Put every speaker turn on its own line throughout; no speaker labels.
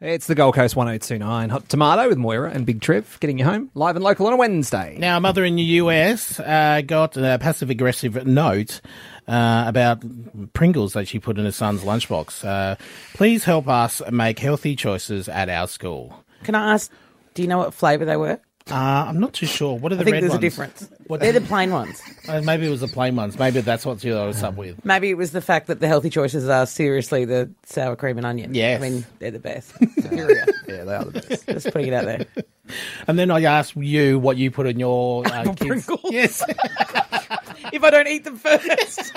It's the Gold Coast 1029. Hot Tomato with Moira and Big Trev getting you home live and local on a Wednesday.
Now, a mother in the US uh, got a passive aggressive note uh, about Pringles that she put in her son's lunchbox. Uh, Please help us make healthy choices at our school.
Can I ask? Do you know what flavour they were?
Uh, I'm not too sure. What are the
I think
red
there's
ones?
a difference.
What-
They're the plain ones.
Uh, maybe it was the plain ones. Maybe that's what you I was up with.
Maybe it was the fact that the healthy choices are seriously the sour cream and onion.
Yes.
I mean they're the best. Superior.
Yeah, they are the best.
Just putting it out there.
And then I asked you what you put in your uh, kids.
Pringles?
Yes.
If I don't eat them first,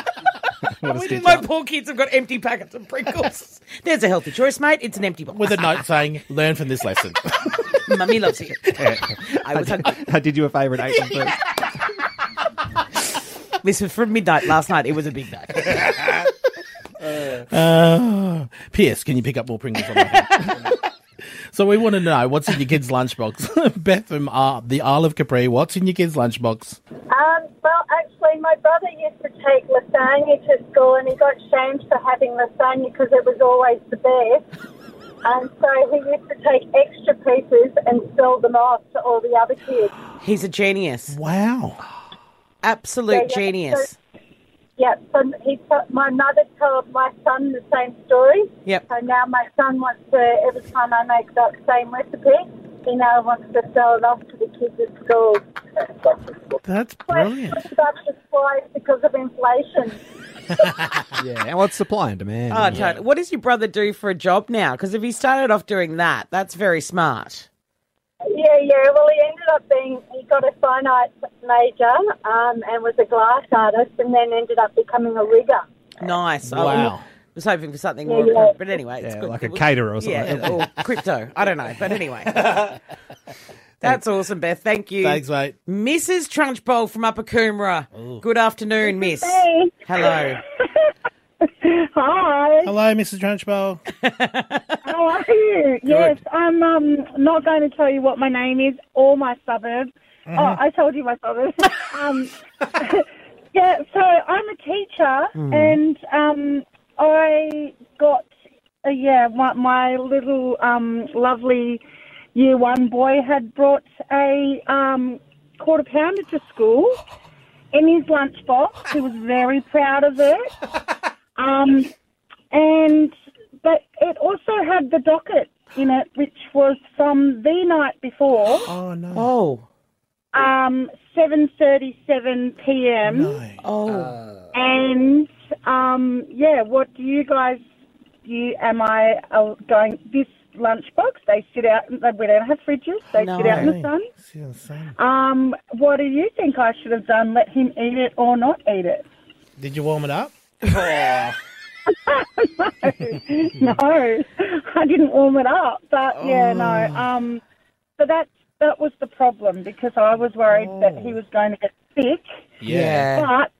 What a stitch
my
up.
poor kids have got empty packets of Pringles. There's a healthy choice, mate. It's an empty box.
with a note saying, learn from this lesson.
Mummy loves you. I was hungry.
I did you a favour and ate them first.
This was from midnight last night. It was a big night.
Uh, P.S. Can you pick up more Pringles on my hand? So we want to know what's in your kid's lunchbox. Beth from uh, the Isle of Capri, what's in your kid's lunchbox?
Um, well, actually, my brother used to take lasagna to school, and he got shamed for having lasagna because it was always the best. And so he used to take extra pieces and sell them off to all the other kids.
He's a genius.
Wow.
Yeah,
Absolute
yeah,
genius.
so- yeah, so he t- my mother told my son the same story.
Yep.
So now my son wants to, every time I make that same recipe, he now wants to sell it off to the kids at school.
That's brilliant.
That's just why it's because of inflation.
Yeah, well, it's supply and demand.
Oh,
isn't it?
totally. What does your brother do for a job now? Because if he started off doing that, that's very smart.
Yeah, yeah. Well, he ended up being, he got a fine arts major um, and was a glass artist and then ended up becoming a rigger.
Nice.
Wow.
I was hoping for something more.
Yeah.
But anyway, it's
Yeah,
good.
like a caterer or something.
Yeah, or crypto. I don't know. But anyway. That's awesome, Beth. Thank you.
Thanks, mate.
Mrs. Trunchbull from Upper Coomera. Good afternoon, miss.
Hey.
Hello.
Hi.
Hello, Mrs. Trunchbull.
How are you? Yes, I'm um, not going to tell you what my name is or my suburb. Oh, I told you my suburb. um, yeah, so I'm a teacher, and um, I got uh, yeah, my, my little um, lovely year one boy had brought a um, quarter pounder to school in his lunchbox. He was very proud of it. Um, and but it also had the docket in it, which was from the night before,
Oh, no.
Oh.
um, seven thirty-seven p.m.
Oh.
And um, yeah, what do you guys? Do you, am I uh, going this lunchbox? They sit out. They, we don't have fridges. They sit out in the sun.
See what I'm saying?
Um, what do you think I should have done? Let him eat it or not eat it?
Did you warm it up?
no, I didn't warm it up. But yeah,
Oh.
no. Um, so that that was the problem because I was worried that he was going to get sick.
Oh. Yeah.
But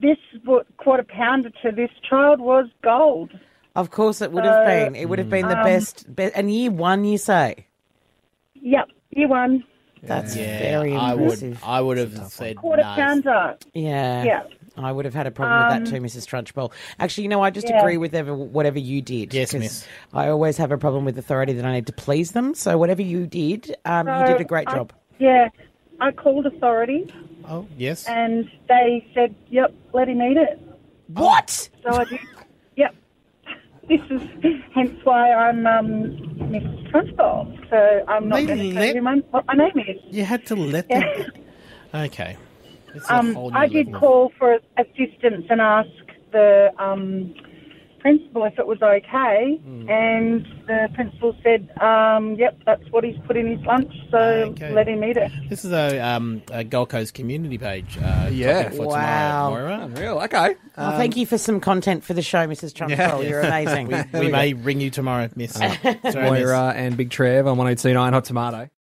this wa- quarter pounder to this child was gold.
Of course it would
Uh,
have been. It would have
um,
been the best, best. And year one, you say?
Yep, you won.
That's
Yeah,
very
I
impressive.
would, I would have said
Quarter
no.
pounder.
Yeah.
Yeah.
I would have had a problem with that too, Mrs. Trunchbull. Actually, you know, I just
Um, Yeah.
agree with ever, whatever you did.
Yes,
'cause
miss.
I always have a problem with authority that I need to please them. So whatever you did, um, you did a great
I-
job.
Yeah, I called authority
Oh, yes.
and they said, "Yep, let him eat it."
What?
So I did. yep. This is hence why I'm um, Mrs. Trunchbull. So I'm not
Maybe
going to
let-
tell you my, what my name is.
You had to let them.
Yeah.
Okay. It's a whole
Um,
new
I did
level of-
call for assistance and ask the um, principal if it was okay,
Hmm.
and the principal said, um, "Yep, that's what he's put in his lunch, so
Okay.
let him eat it."
This is a, um, a Gold Coast community page. Uh,
Yeah. Oh,
topic For
Wow.
Tomorrow, Moira.
Unreal. Okay.
Well, Oh,
Um,
thank you for some content for the show, Mrs. Trunchbull. You're amazing.
We may ring you tomorrow, Miss. Sorry, miss.
oh Moira and Big Trev on 1029 Hot Tomato.